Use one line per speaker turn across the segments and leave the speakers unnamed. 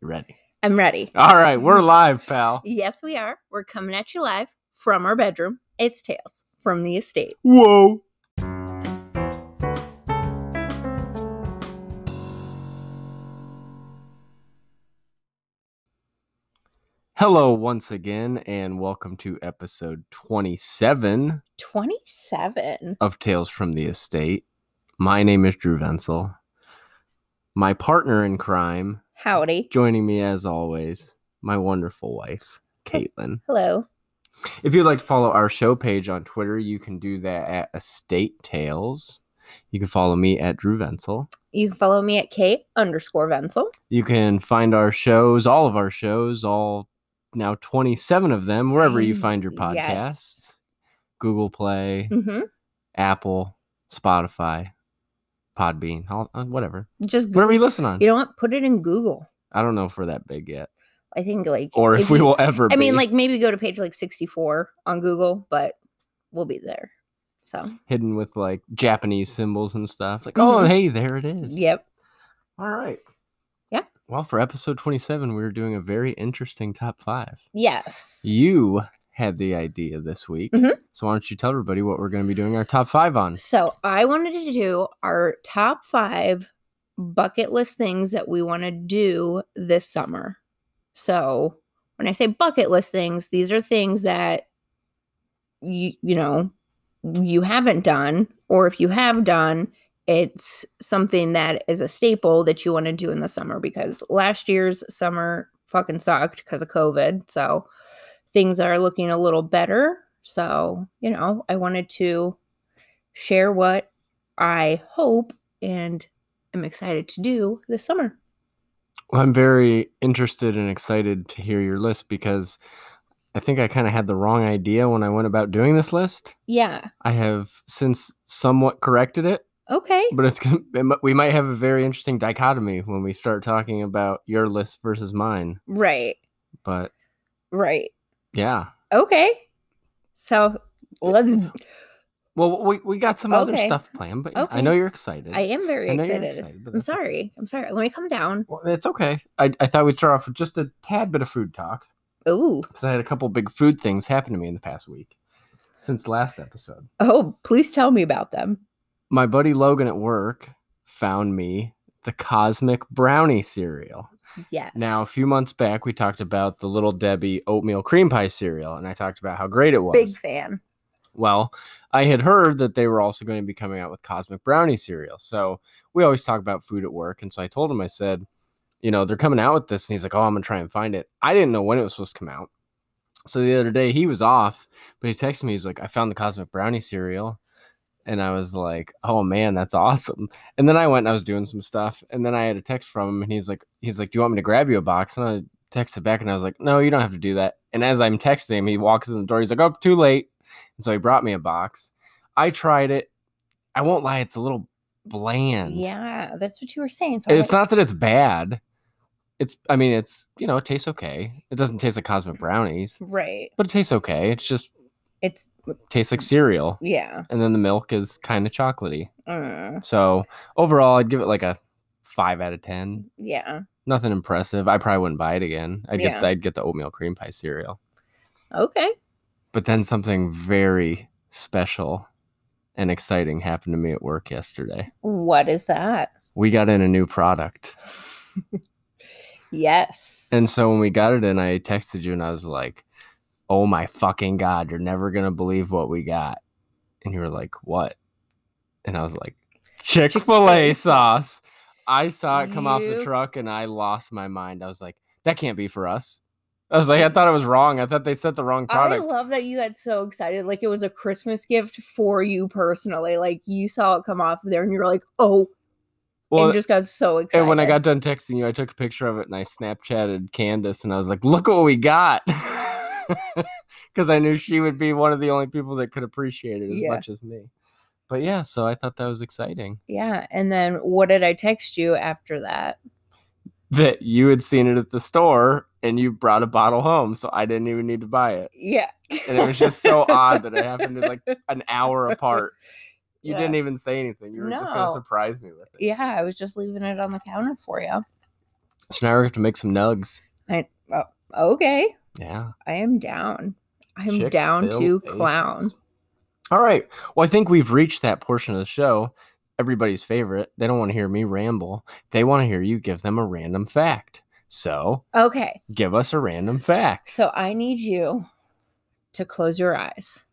Ready.
I'm ready.
All right, we're live, pal.
Yes, we are. We're coming at you live from our bedroom. It's Tales from the Estate.
Whoa. Hello, once again, and welcome to episode 27
27.
of Tales from the Estate. My name is Drew Venzel. My partner in crime,
Howdy.
joining me as always, my wonderful wife, Caitlin.
Hello.
If you'd like to follow our show page on Twitter, you can do that at Estate Tales. You can follow me at Drew Venzel.
You can follow me at Kate underscore Venzel.
You can find our shows, all of our shows, all now 27 of them, wherever you
Mm,
find your podcasts
yes.
Google Play,
hmm
Apple, Spotify, Podbean, all- uh, whatever.
Just Google.
Wherever you listen on.
You know what? Put it in Google.
I don't know if we're that big yet,
I think like.
or if, we
you-
will ever
I mean,
be.
like maybe go to page like 64 on Google, but we'll be there. So,
hidden with like Japanese symbols and stuff. Like, oh,
Mhm.
hey, there it is.
yep.
All right.
Yeah.
Well, for episode 27, we were doing a very interesting top five.
Yes.
You had the idea this week.
Mhm.
So why don't you tell everybody what we're going to be doing our top five on?
So I wanted to do our top five bucket list things that we want to do this summer. So when I say bucket list things, these are things that you you know you haven't done, or if you have done, it's something that is a staple that you want to do in the summer because last year's summer fucking sucked because of COVID. So things are looking a little better. So, you know, I wanted to share what I hope and am excited to do this summer.
Well, I'm very interested and excited to hear your list because I think I kind of had the wrong idea when I went about doing this list.
Yeah.
I have since somewhat corrected it,
Okay.
but it's gonna, it, mi- we might have a very interesting dichotomy when we start talking about your list versus mine.
Right.
But
Right.
yeah,
Okay. So let's.
Well, we, we got some other
Okay.
stuff planned, but yeah, I
Okay.
know you're excited.
I am very
I know you're
excited.
excited, but
I'm
that's okay.
sorry. I'm sorry. Let me come down.
Well, it's okay. I, I thought we'd start off with just a tad bit of food talk
Oh.
because I had a couple big food things happen to me in the past week since last episode.
Oh, please tell me about them.
My buddy Logan at work found me the Cosmic Brownie cereal.
Yes.
Now, a few months back, we talked about the Little Debbie oatmeal cream pie cereal, and I talked about how great it was.
Big fan.
Well, I had heard that they were also going to be coming out with Cosmic Brownie cereal. So we always talk about food at work. And so I told him, I said, you know, they're coming out with this. And he's like, oh, I'm going to try and find it. I didn't know when it was supposed to come out. So the other day he was off, but he texted me. He's like, I found the Cosmic Brownie cereal. And I was like, oh man, that's awesome. And then I went and I was doing some stuff. And then I had a text from him and he's like, he's like, do you want me to grab you a box? And I texted back and I was like, no, you don't have to do that. And as I'm texting him, he walks in the door. He's like, oh, too late. And so he brought me a box. I tried it. I won't lie, it's a little bland.
Yeah, that's what you were saying. So I-
It's not that it's bad. It's I mean, it's you know, it tastes okay. It doesn't taste like cosmic brownies,
right.
but it tastes okay. It's just
It's
tastes like cereal.
yeah.
And then the milk is kind of chocolatey.
Mm,
So overall I'd give it like a five out of ten.
yeah.
Nothing impressive. I probably wouldn't buy it again. I'd get
Yeah.
I'd get the oatmeal cream pie cereal.
Okay.
But then something very special and exciting happened to me at work yesterday.
What is that?
we got in a new product.
Yes.
And so when we got it in, I texted you and I was like, oh my fucking God, you're never going to believe what we got. And you were like, what? And I was like, Chick fil A
Chick-fil-A
sauce. I saw it come off the
You-
truck and I lost my mind. I was like, that can't be for us. I was like, I thought it was wrong. I thought they sent the wrong
I
product.
love that you got so excited. Like it was a Christmas gift for you personally. Like you saw it come off there and you were like, oh,
Well,
and just got so excited.
and when I got done texting you, I took a picture of it and I Snapchatted Candace and I was like, look what we got. Because I knew she would be one of the only people that could appreciate it as
Yeah.
much as me. But yeah, so I thought that was exciting
Yeah. And then what did I text you after that?
that you had seen it at the store and you brought a bottle home. So I didn't even need to buy it.
Yeah.
And it was just so odd that it happened like an hour apart. You
Yeah.
didn't even say anything. You were just going to
No.
surprise me with it.
Yeah, I was just leaving it on the counter for you.
So now we have to make some nugs.
oh, Okay,
Yeah.
I am down. I'm
Chick
down
fil
to
Aces.
clown.
All right. Well, I think we've reached that portion of the show. Everybody's favorite. They don't want to hear me ramble. They want to hear you give them a random fact. So
Okay,
give us a random fact.
so I need you to close your eyes.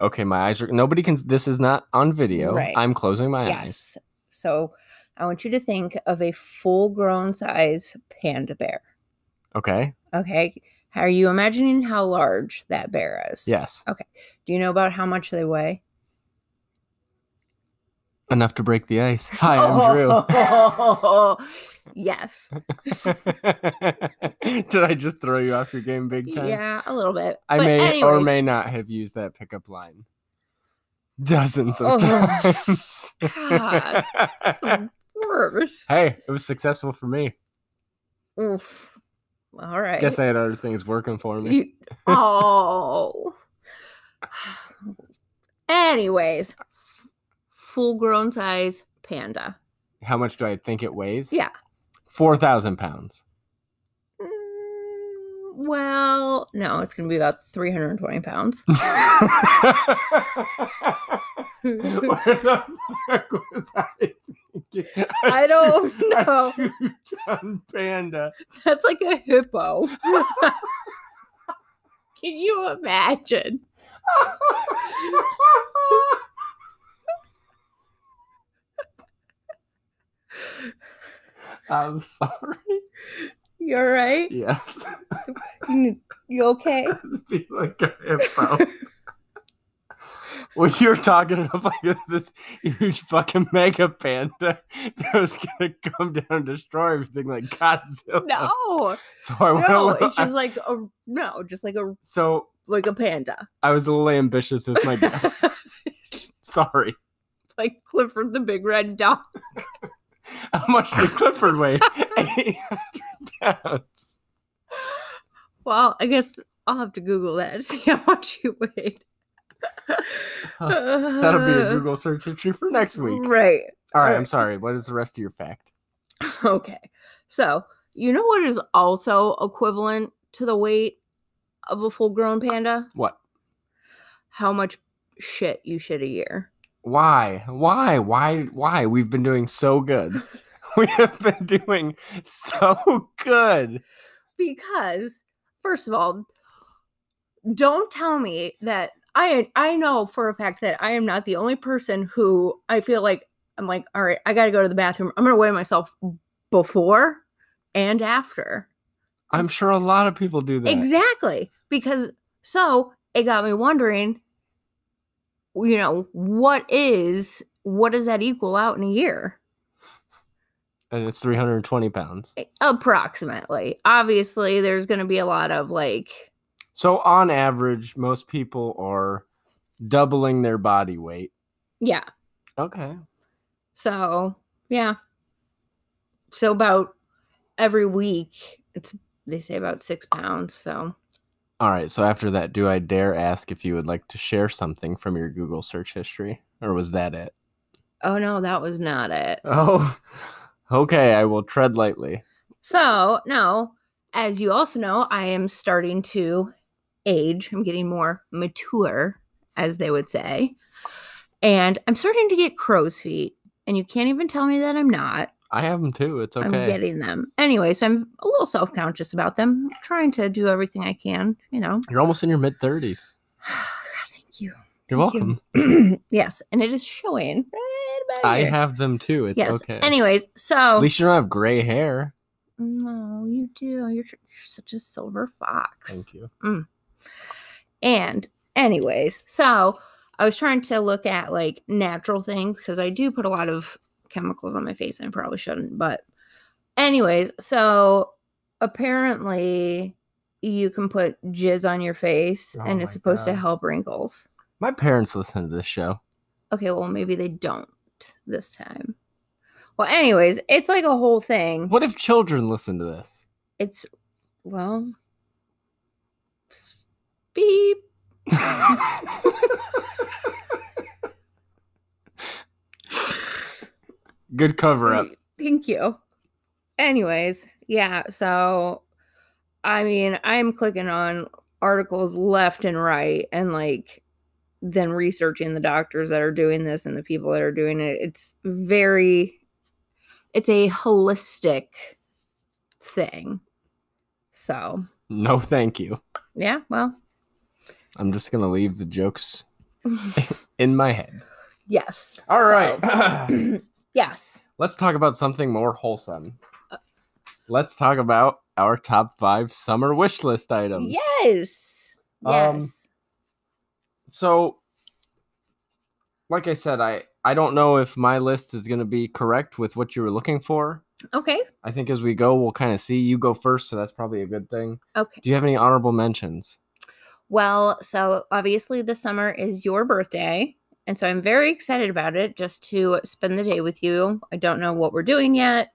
Okay, my eyes are. Nobody can. This is not on video.
Right.
I'm closing my eyes.
Yes. So I want you to think of a full grown size panda bear.
Okay.
Okay. Are you imagining how large that bear is?
Yes.
Do you know about how much they weigh?
Enough to break the ice. Hi, I'm Drew.
Oh. yes.
Did I just throw you off your game big time?
Yeah, a little bit.
I
But
may or
anyways,
may not have used that pickup line dozens
Oh.
of times.
God, it's the worst.
hey, it was successful for me.
Oof. All right.
Guess I had other things working for me.
You- oh. Anyways, full grown size panda.
How much do I think it weighs?
Yeah.
Four thousand pounds.
Mm, Well, no, it's going to be about 320 pounds.
Where the fuck was I thinking?
I don't know.
Two-ton panda.
That's like a hippo. Can you imagine?
I'm sorry.
You're right.
Yes.
You you okay?
be like a hippo. well, you're talking about like this huge fucking mega panda that was gonna come down and destroy everything like Godzilla.
No,
So I went.
no,
a
it's
little-
just like a no, just like a
so
like a panda.
I was a little ambitious with my guess. Sorry.
like Clifford the Big Red Dog.
How much did Clifford weigh? Eight hundred pounds.
Well, I guess I'll have to Google that to see how much you weighed.
That'll be a
Uh,
Google search entry for next week.
Right.
All right.
Alright.
I'm sorry. What is the rest of your fact?
Okay. So, you know what is also equivalent to the weight of a full grown panda?
What?
How much shit you shit a year.
why why why why we've been doing so good we have been doing so good
Because, first of all, don't tell me that I I know for a fact that I am not the only person who I feel like I'm like, all right, I gotta go to the bathroom. I'm gonna weigh myself before and after.
i'm sure a lot of people do that
Exactly. Because so it got me wondering, you know, what is what does that equal out in a year?
and it's 320 pounds
A- Approximately. Obviously, there's going to be a lot of like,
so on average most people are doubling their body weight
yeah.
okay
So, yeah. So about every week, it's they say about six pounds. So
all right so after that do i dare ask if you would like to share something from your google search history or was that it
oh no, that was not it.
oh okay i will tread lightly
So now, as you also know, I am starting to age. I'm getting more mature, as they would say. And I'm starting to get crow's feet. And you can't even tell me that I'm not.
i have them too it's
I'm
okay
getting them. Anyway, so I'm a little self conscious about them, trying to do everything I can, you know.
you're almost in your mid 30s
Thank you.
you're
Thank you.
welcome
yes. And it is showing right about
I
here.
have them too. It's
Yes.
okay.
Anyways, so.
At least you don't have gray hair.
no, you do. You're, you're such a silver fox.
Thank you.
And anyways, so I was trying to look at like natural things because I do put a lot of chemicals on my face and I probably shouldn't. But anyways, so apparently you can put jizz on your face
Oh
and
my
it's supposed to
God.
help wrinkles.
My parents listen to this show.
Okay, well maybe they don't this time. Well, anyways, it's like a whole thing.
What if children listen to this?
It's well s- beep.
Good cover up.
Thank you. Anyways, Yeah, so I mean, I'm clicking on articles left and right and like then researching the doctors that are doing this and the people that are doing it. It's very it's a holistic thing. So,
No, thank you.
yeah, well,
I'm just gonna leave the jokes in my head.
yes.
All right.
yes.
Let's talk about something more wholesome. Let's talk about our top five summer wish list items.
Yes.
Um,
Yes.
So, like I said, I I don't know if my list is gonna be correct with what you were looking for.
okay.
I think as we go, we'll kind of see. You go first, so that's probably a good thing.
Okay.
Do you have any honorable mentions?
Well, so obviously this summer is your birthday. And so I'm very excited about it just to spend the day with you. I don't know what we're doing yet.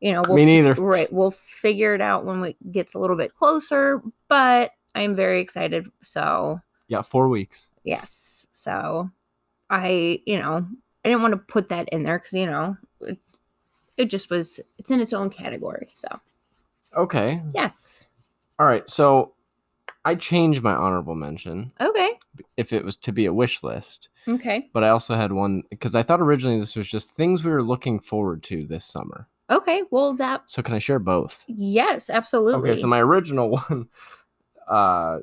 You know, we'll
Me neither.
Right. We'll figure it out when it gets a little bit closer, but I'm very excited. So,
Yeah, four weeks.
yes. So, I, you know, I didn't want to put that in there because, you know, it, it just was, it's in its own category. So,
Okay.
yes.
All right. So, I changed my honorable mention
Okay.
if it was to be a wish list.
Okay.
but I also had one because I thought originally this was just things we were looking forward to this summer.
Okay. Well, that,
So can I share both?
yes, absolutely.
Okay, so my original one, uh,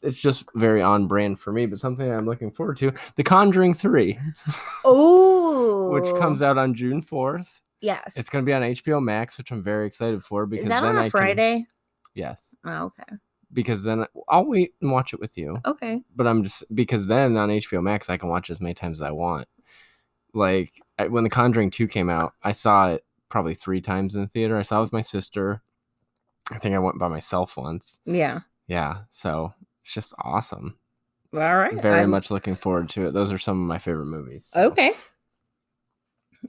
it's just very on brand for me, but something I'm looking forward to: The Conjuring Three,
Oh,
which comes out on June fourth.
Yes,
It's going to be on HBO Max, which I'm very excited for because
Is that
then
on a
I can-
Friday?
yes,
Oh, okay.
because then I'll wait and watch it with you.
Okay.
but I'm just because then on HBO Max I can watch as many times as I want. Like I, when The Conjuring Two came out, I saw it probably three times in the theater. I saw it with my sister. I think I went by myself once.
Yeah.
Yeah, so it's just awesome.
Well, all right.
Very
I'm-
much looking forward to it. Those are some of my favorite movies. so.
Okay.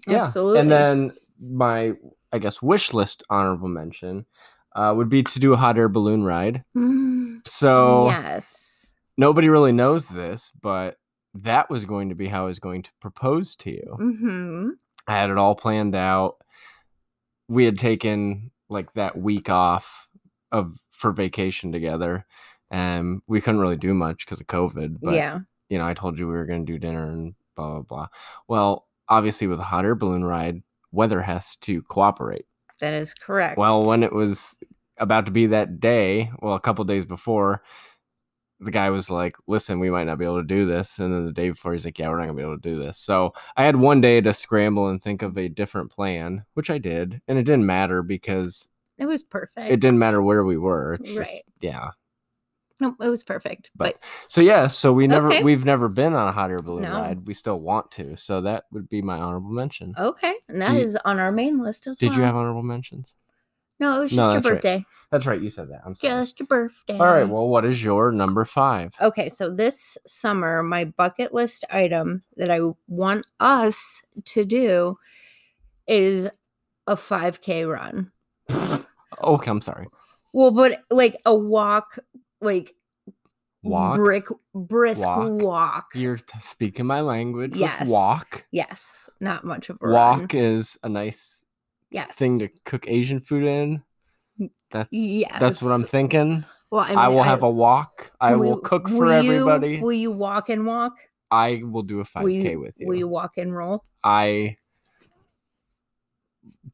Yeah.
Absolutely.
And then my I guess wish list honorable mention uh, would be to do a hot air balloon ride.
Mm,
So
yes.
nobody really knows this, but that was going to be how I was going to propose to you.
Mm-hmm.
I had it all planned out. We had taken like that week off of for vacation together, and we couldn't really do much because of COVID. But
yeah.
you know, I told you we were going to do dinner and blah blah blah. Well, obviously, with a hot air balloon ride, weather has to cooperate.
That is correct.
Well, when it was about to be that day, well, a couple days before, the guy was like, "Listen, we might not be able to do this." And then the day before, he's like, "Yeah, we're not gonna be able to do this." So I had one day to scramble and think of a different plan, which I did, and it didn't matter because
it was perfect.
it didn't matter where we were. It's just
Right.
yeah.
No, it was perfect. But,
But- So yeah, so we never
Okay.
we've never been on a hot air balloon
No.
ride. We still want to, so that would be my honorable mention.
okay, and that
you-
is on our main list as
Did
well.
you have honorable mentions?
No, it was
No,
just your
that's right.
birthday.
That's right, you said that. I'm sorry.
Just Uh, your birthday.
All right. Well, what is your number five?
Okay, so this summer, my bucket list item that I want us to do is a 5K run.
Oh, Okay, I'm sorry.
Well, but like a walk, like
Walk.
brick, brisk
Walk.
walk.
You're t- speaking my language. with
Yes.
walk.
Yes, not much of a run.
Walk is a nice
Yes.
thing to cook Asian food in. That's that's what I'm
Yes.
thinking.
well,
I,
mean,
will have a walk. I
can
will
we-
cook
will
for
you-
everybody.
Will you walk and walk?
I will do a 5K
will you,
with
Will you
you.
walk and roll?
I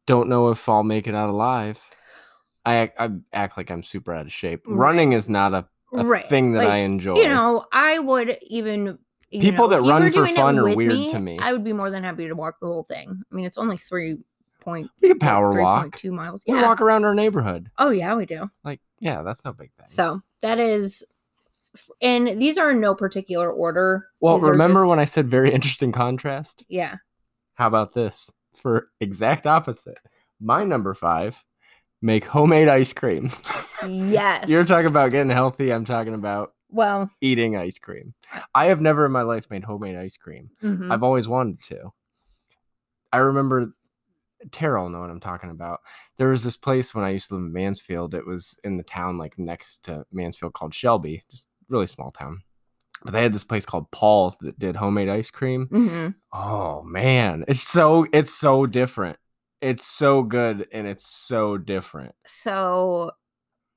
don't know if I'll make it out alive. I act, I act like I'm super out of shape.
Right.
Running is not a, a thing that
like,
I enjoy.
you know, I would even you
People that
know, if you
run
were
for
doing it
fun are
with
weird to me.
I would be more than happy to walk the whole thing. I mean, it's only three point
we can power walk.
two miles.
We
Yeah.
walk around our neighborhood.
Oh yeah, we do.
Like, yeah, that's no big thing.
So that is, and these are in no particular order.
Well,
These are
remember
just-
when I said very interesting contrast?
Yeah.
How about this for exact opposite? My number five, make homemade ice cream.
Yes.
You're talking about getting healthy. I'm talking about
Well.
eating ice cream. I have never in my life made homemade ice cream.
mhm.
I've always wanted to. I remember Tara will know what I'm talking about. There was this place when I used to live in Mansfield. It was in the town like next to Mansfield called Shelby, just really small town. But they had this place called Paul's
Mm.
that did homemade ice cream.
Mhm.
Oh man, it's so it's so different. It's so good and it's so different.
So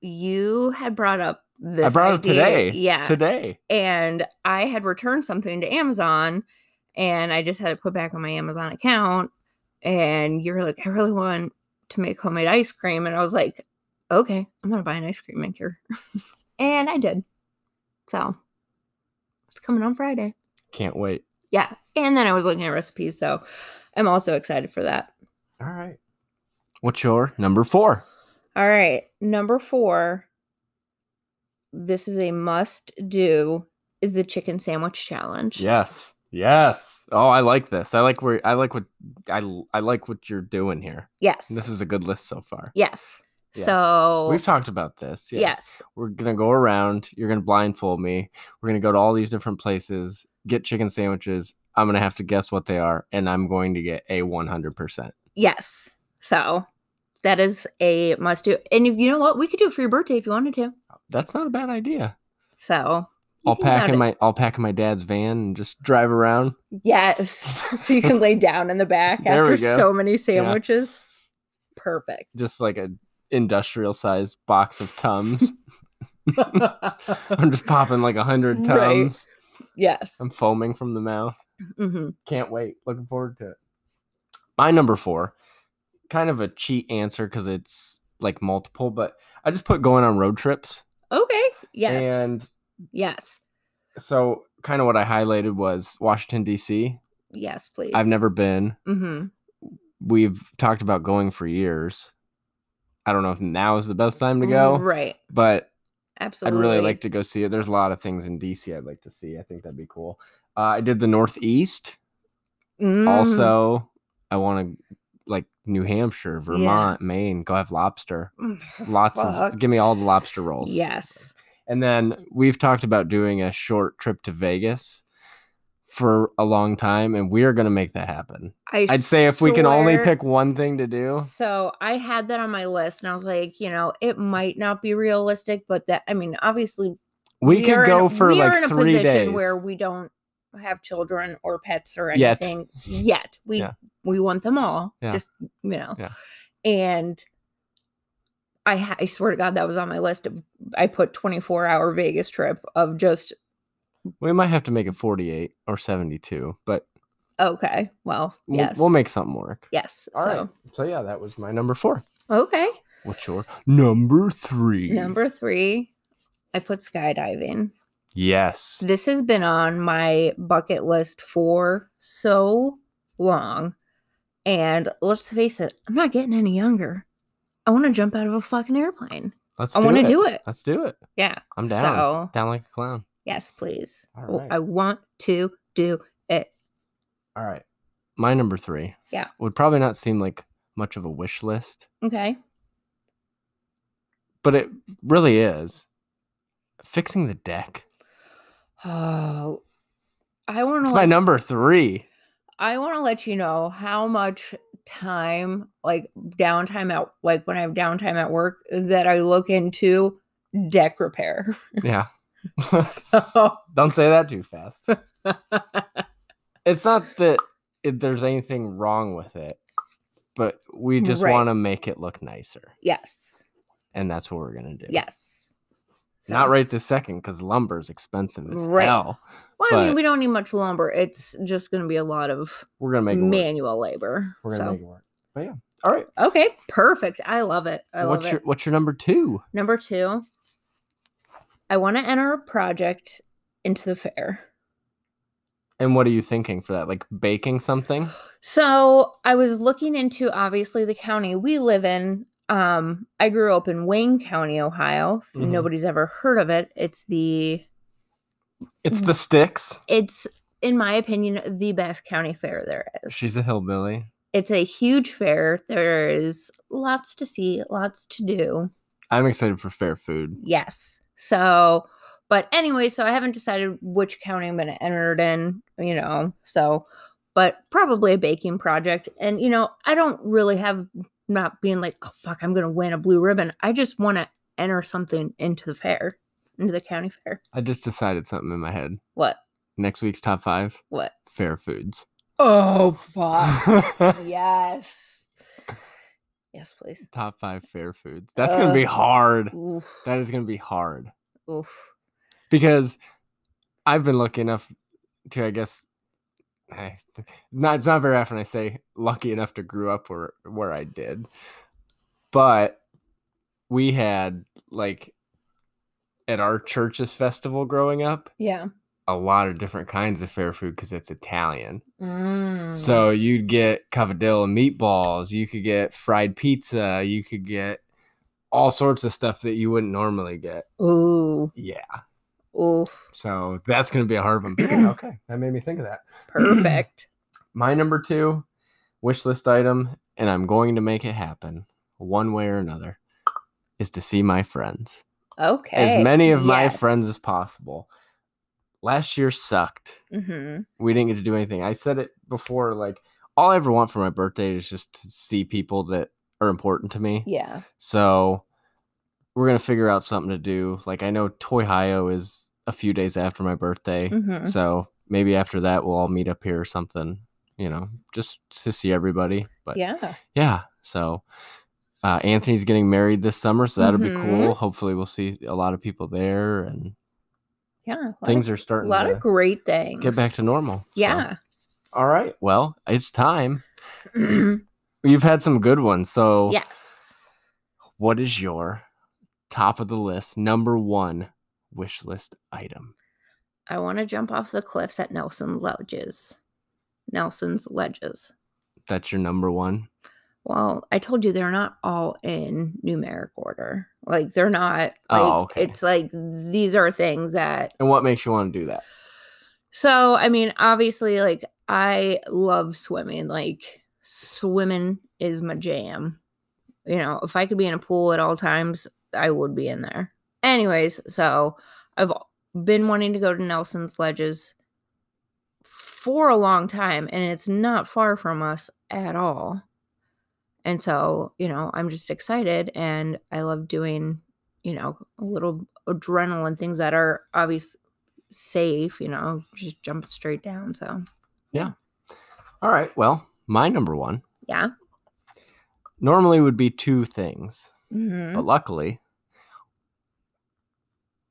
you had brought up this.
I brought it
idea.
today.
Yeah.
Today.
and I had returned something to Amazon and I just had it put back on my Amazon account. And you're like, I really want to make homemade ice cream. And I was like, okay, I'm going to buy an ice cream maker. and I did. So it's coming on Friday.
Can't wait.
Yeah. And then I was looking at recipes. So I'm also excited for that.
All right. What's your number four?
All right. Number four. This is a must do is the chicken sandwich challenge.
Yes. Yes. Oh, I like this. I like where I like what I l- I like what you're doing here.
Yes.
This is a good list so far.
Yes.
Yes.
So
We've talked about this.
yes.
We're going to go around. You're going to blindfold me. We're going to go to all these different places, get chicken sandwiches. I'm going to have to guess what they are and I'm going to get a 100%.
Yes. So that is a must do. And if, you know what? We could do it for your birthday if you wanted to.
That's not a bad idea.
So you
I'll
think
pack
about
in
it.
my I'll pack in my dad's van and just drive around.
Yes. so you can lay down in the back
There we
after
go.
so many sandwiches. Perfect.
just like a industrial sized box of tums. I'm just popping like a hundred tums.
Right. Yes.
I'm foaming from the mouth.
hmm
Can't wait. Looking forward to it. My number four, kind of a cheat answer because it's like multiple, but I just put going on road trips.
Okay. Yes.
And
yes.
so kind of what I highlighted was Washington D.C.
Yes, please.
I've never been.
hmm
We've talked about going for years. I don't know if now is the best time to go,
Right.
but I'd
Absolutely.
really like to go see it. There's a lot of things in DC I'd like to see. I think that'd be cool. Uh, I did the Northeast.
Mm,
Also, I want to like New Hampshire, Vermont, Maine. Go have lobster.
mm,
Lots
fuck.
of. Give me all the lobster rolls.
Yes.
And then we've talked about doing a short trip to Vegas for a long time, and we are going to make that happen.
I
I'd say if we can only
swear-
pick one thing to do.
So I had that on my list, and I was like, you know, it might not be realistic, but that I mean, obviously,
We,
are
could
in a-
go for
we are in
like
a
three
position
days.
where we don't have children or pets or
Yet.
anything yet. We
Yeah.
we want them all,
Yeah.
just you know,
Yeah.
and. I, ha- I swear to God, that was on my list. Of, I put 24 hour Vegas trip of just,
we might have to make it 48 or 72, but
okay, well,
we'll,
yes.
we'll make something work.
yes.
All right.
so,
So yeah, that was my number four.
okay.
What's your number three?
Number three, I put skydiving.
yes.
This has been on my bucket list for so long. And let's face it, I'm not getting any younger. I want to jump out of a fucking airplane.
Let's.
I want to do it.
Let's do it.
Yeah.
I'm down.
So,
Down like a clown.
yes, please.
All
W-
right.
I want to do it.
All right. My number three.
Yeah.
Would probably not seem like much of a wish list,
Okay.
but it really is. Fixing the deck.
Oh, I want
It's
to.
my
Let,
number three.
I want to let you know how much time, like downtime at, like when I have downtime at work, that I look into deck repair.
Yeah.
so.
Don't say that too fast. it's not that it, there's anything wrong with it, but we just
Right.
want to make it look nicer.
Yes.
and that's what we're gonna do.
Yes.
Not
So-
right this second because lumber's expensive as
Right.
hell.
Well, I mean,
but-
we don't need much lumber. It's just going to be a lot of
We're gonna make it work.
manual labor.
We're gonna
So,
make it work. But yeah. All right.
okay, perfect. I love it. I
what's
love
your
it.
what's your number two?
Number two, I want to enter a project into the fair.
And what are you thinking for that? Like baking something?
So I was looking into obviously the county we live in. Um, I grew up in Wayne County, Ohio. If
Mhm.
Nobody's ever heard of it. It's the
It's
Mm.
the sticks.
it's in my opinion the best county fair there is.
She's a hillbilly.
it's a huge fair. There is lots to see, lots to do.
I'm excited for fair food.
Yes. So, but anyway, so I haven't decided which county I'm going to enter it in, you know. So, but probably a baking project. And, you know, I don't really have not being like, oh, fuck, I'm going to win a blue ribbon. I just want to enter something into the fair, into the county fair.
I just decided something in my head.
What?
Next week's top five,
What?
fair foods.
Oh, fuck. yes. Yes, please.
Top five fair foods. That's gonna be
Uh,
hard.
Oof.
That is gonna be hard
Oof.
because I've been lucky enough to, I guess, I, not it's not very often I say lucky enough to grew up where where I did, but we had like at our church's festival growing up
Yeah.
a lot of different kinds of fair food because it's Italian.
Mm.
So you'd get cavadilla meatballs, you could get fried pizza, you could get all sorts of stuff that you wouldn't normally get.
Ooh.
Yeah.
Oof.
So that's going to be a hard one. but yeah, okay. That made me think of that.
Perfect.
My number two wish list item, and I'm going to make it happen one way or another, is to see my friends.
Okay.
As many of my
Yes.
friends as possible. Last year sucked.
Mhm.
we didn't get to do anything. I said it before, like all I ever want for my birthday is just to see people that are important to me.
Yeah.
So we're gonna figure out something to do. Like I know Toy Hio is a few days after my birthday,
Mhm.
so maybe after that we'll all meet up here or something. You know, just to see everybody. But yeah,
Yeah.
so. Uh, Anthony's getting married this summer, so that'll be cool.
Mhm.
Hopefully, we'll see a lot of people there, and
Yeah. A lot of-
things are
a
starting
lot
to
of great things.
get back to normal. so.
Yeah.
All right. Well, it's time. You've had some good ones. So,
yes.
what is your top of the list, number one wish list item?
I want to jump off the cliffs at Nelson Ledges. Nelson's Ledges.
That's your number one.
Well, I told you they're not all in numeric order. Like they're not like
Oh, okay.
it's like these are things that
And what makes you want to do that?
So, I mean, obviously, like I love swimming. Like swimming is my jam. You know, if I could be in a pool at all times, I would be in there. Anyways, so I've been wanting to go to Nelson's Ledges for a long time, and it's not far from us at all. And so, you know, I'm just excited and I love doing, you know, a little adrenaline things that are obvious safe, you know, just jump straight down. So,
All right. Well, my number one
yeah.
normally would be two things,
hmm
but luckily,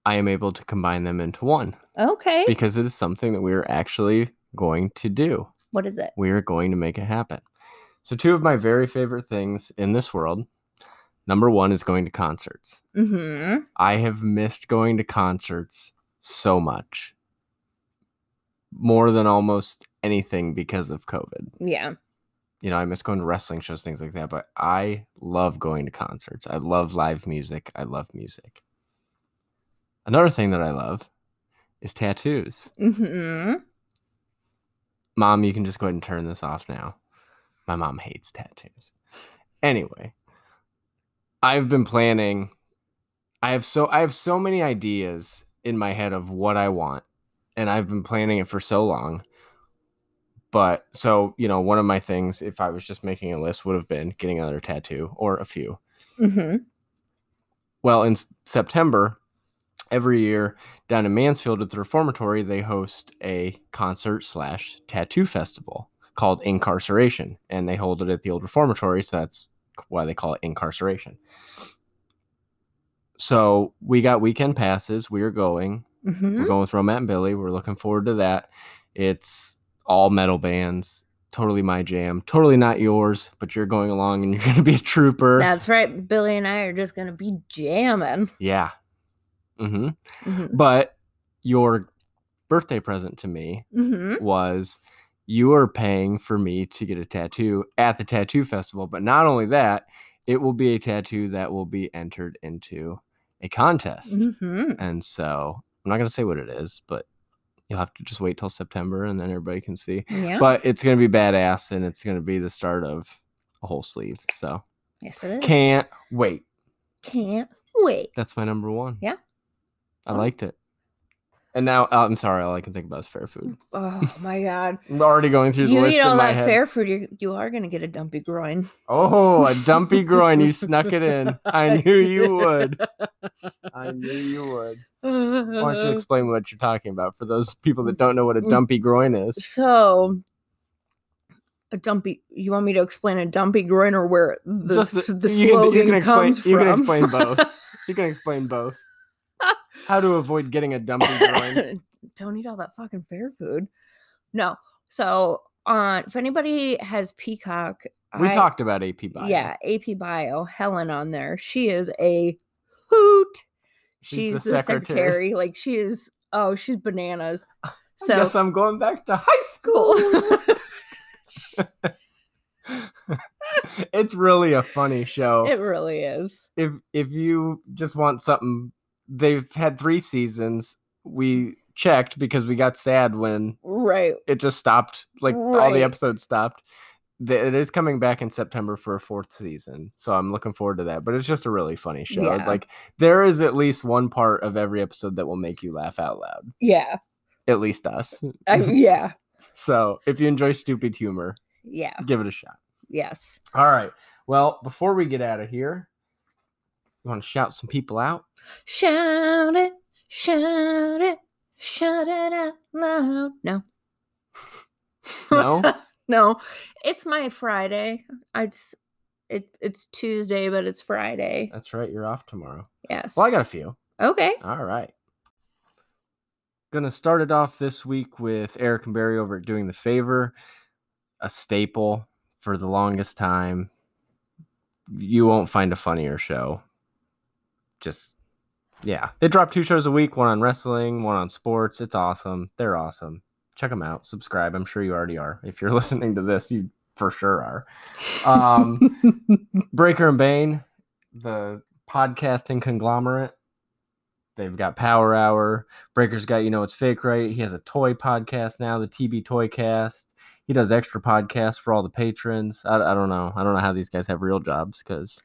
I am able to combine them into one
Okay.
because it is something that we are actually going to do.
What is it?
we are going to make it happen. So, two of my very favorite things in this world number one is going to concerts.
hmm
I have missed going to concerts so much, more than almost anything because of COVID.
Yeah.
You know, I miss going to wrestling shows, things like that, but I love going to concerts. I love live music. I love music. Another thing that I love is tattoos.
hmm
Mom, you can just go ahead and turn this off now. My mom hates tattoos. Anyway, I've been planning. I have so I have so many ideas in my head of what I want, and I've been planning it for so long. But so, you know, one of my things if I was just making a list would have been getting another tattoo or a few.
hmm
Well, in S- September every year down in Mansfield at the Reformatory, they host a concert slash tattoo festival called Incarceration, and they hold it at the old Reformatory, so that's why they call it Incarceration. So we got weekend passes. We are going.
hmm
We're going with Romette and Billy. We're looking forward to that. It's all metal bands. Totally my jam. Totally not yours, but you're going along and you're going to be a trooper.
That's right. Billy and I are just going to be jamming.
yeah. Mm-hmm.
hmm
But your birthday present to me
hmm
was you are paying for me to get a tattoo at the tattoo festival. But not only that, it will be a tattoo that will be entered into a contest.
hmm
And so I'm not going to say what it is, but you'll have to just wait till September and then everybody can see.
Yeah.
But it's going to be badass and it's going to be the start of a whole sleeve. So
yes, it is.
can't wait.
Can't wait.
That's my number one.
Yeah.
I
Wow.
liked it. And now uh, I'm sorry, all I can think about is fair food.
Oh my God.
I'm already going through the
you
list
eat all
in my
that
head.
fair food, you, you are going to get a dumpy groin.
oh, a dumpy groin. You snuck it in. I knew you would. I knew you would. Why don't
Uh-huh.
you explain what
Mm.
you're talking about for those people that don't know what a dumpy groin is?
So a dumpy. You want me to explain a dumpy grin or where the
Just
the,
the- you can- you
slogan
can explain-
comes from?
you can explain both. You can explain both. How to avoid getting a dumpy groin.
Don't eat all that fucking fair food. No. So, uh, if anybody has Peacock,
We
I-
talked about AP bio.
Yeah, AP Bio, Helen on there. She is a hoot. She's, the, secretary. Like she is. Oh, she's bananas.
So, I
So
guess I'm going back to high
cool.
school. it's really a funny show.
it really is.
if if you just want something, they've had three seasons. We checked because we got sad when
Right.
it just stopped. Like all
Right.
the episodes stopped. Th- It is coming back in September for a fourth season, so I'm looking forward to that. But it's just a really funny show.
Yeah.
Like there is at least one part of every episode that will make you laugh out loud.
Yeah.
At least us.
I, yeah.
So if you enjoy stupid humor,
Yeah.
give it a shot.
Yes.
All right. Well, before we get out of here, you want to shout some people out?
Shout it. Shout it. Shout it out loud. No.
No?
no. It's my Friday. It's it, it's Tuesday, but it's Friday.
That's right. You're off tomorrow.
Yes.
Well, I got a few.
okay.
All right. Gonna start it off this week with Eric and Barry over at Doing the Favor, a staple for the longest time. You won't find a funnier show. Just, yeah. They drop two shows a week one on wrestling, one on sports. It's awesome. They're awesome. Check them out. Subscribe. I'm sure you already are. If you're listening to this, you for sure are. Um, Breaker and Bane, the podcasting conglomerate. They've got Power Hour. Breaker's got You Know It's Fake, right? He has a toy podcast now, the TB Toy Cast. He does extra podcasts for all the patrons. I, I don't know. I don't know how these guys have real jobs because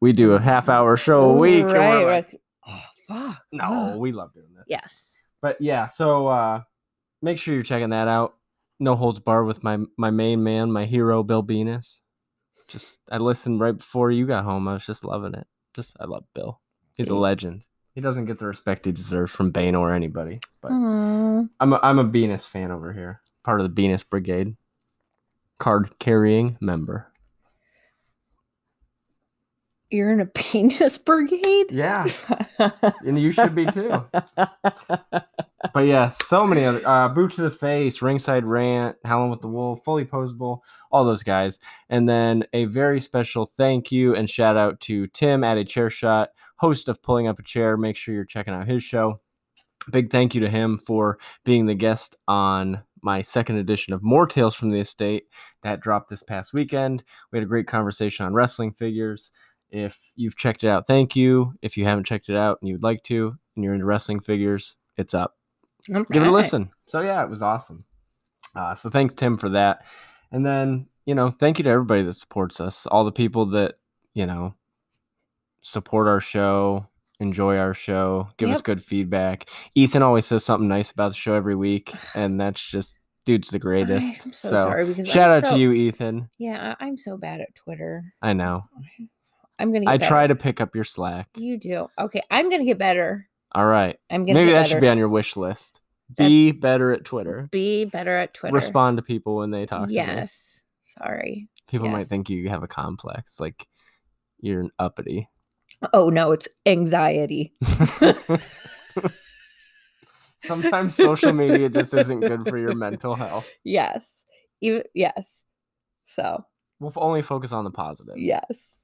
we do a half hour show a week. and we're
Right,
like,
like, oh fuck.
no, we love doing this.
Yes.
But yeah, so uh, make sure you're checking that out. No holds barred with my my main man, my hero, Bill Venus. Just I listened right before you got home. I was just loving it. Just I love Bill. He's a
Yeah.
legend. He doesn't get the respect he deserves from Bane or anybody. But
Mm. Aw.
I'm a, I'm a Venus fan over here. Part of the Venus Brigade, card carrying member.
You're in a penis brigade?
Yeah, and you should be too. but yeah, so many other uh, boot to the face, ringside rant, howling with the wolf, fully posable, all those guys, and then a very special thank you and shout out to Tim at a chair shot, host of pulling up a chair. Make sure you're checking out his show. Big thank you to him for being the guest on my second edition of More Tales from the Estate that dropped this past weekend. We had a great conversation on wrestling figures. If you've checked it out, thank you. If you haven't checked it out and you'd like to, and you're into wrestling figures, it's up
All
give it a
right.
listen. So yeah, it was awesome. Uh, so thanks Tim for that, and then you know thank you to everybody that supports us, all the people that you know support our show, enjoy our show, give us
Yep.
good feedback. Ethan always says something nice about the show every week, and that's just dude's the
I-
greatest.
I'm so, sorry because
shout
I'm
out
so-
to you, Ethan.
Yeah, I- I'm so bad at Twitter.
I know
I'm gonna. Get
I
better.
try to pick up your slack.
You do okay. I'm gonna get better.
All right,
I'm gonna.
maybe
get
that
better.
should be on your wish list.
That-
Be better at Twitter.
Be better at Twitter.
Respond to people when they talk. To you.
Yes. Sorry.
people might
Yes.
think you have a complex like you're an uppity
Oh no, it's anxiety.
sometimes social media just isn't good for your mental health
Yes. You. Yes. So
we'll f- only focus on the positive
yes.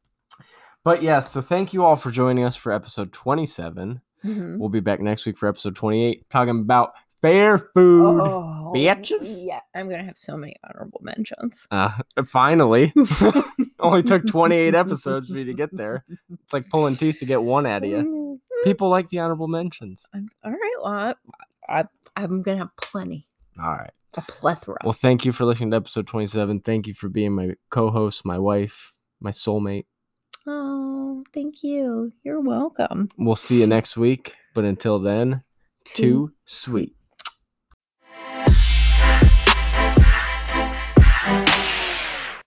but yes so thank you all for joining us for episode 27
Mhm.
we'll be back next week for episode 28 talking about fair food
Oh,
bitches.
Yeah, I'm gonna have so many honorable mentions.
Uh, finally only took 28 episodes for you to get there it's like pulling teeth to get one out of you
Mm,
people like the honorable mentions
I'm, all right. Well, I, I, I'm gonna have plenty,
all right
a plethora.
Well, thank you for listening to episode 27. Thank you for being my co host, my wife, my soulmate.
oh, thank you. You're welcome.
We'll see you next week. But until then, too sweet.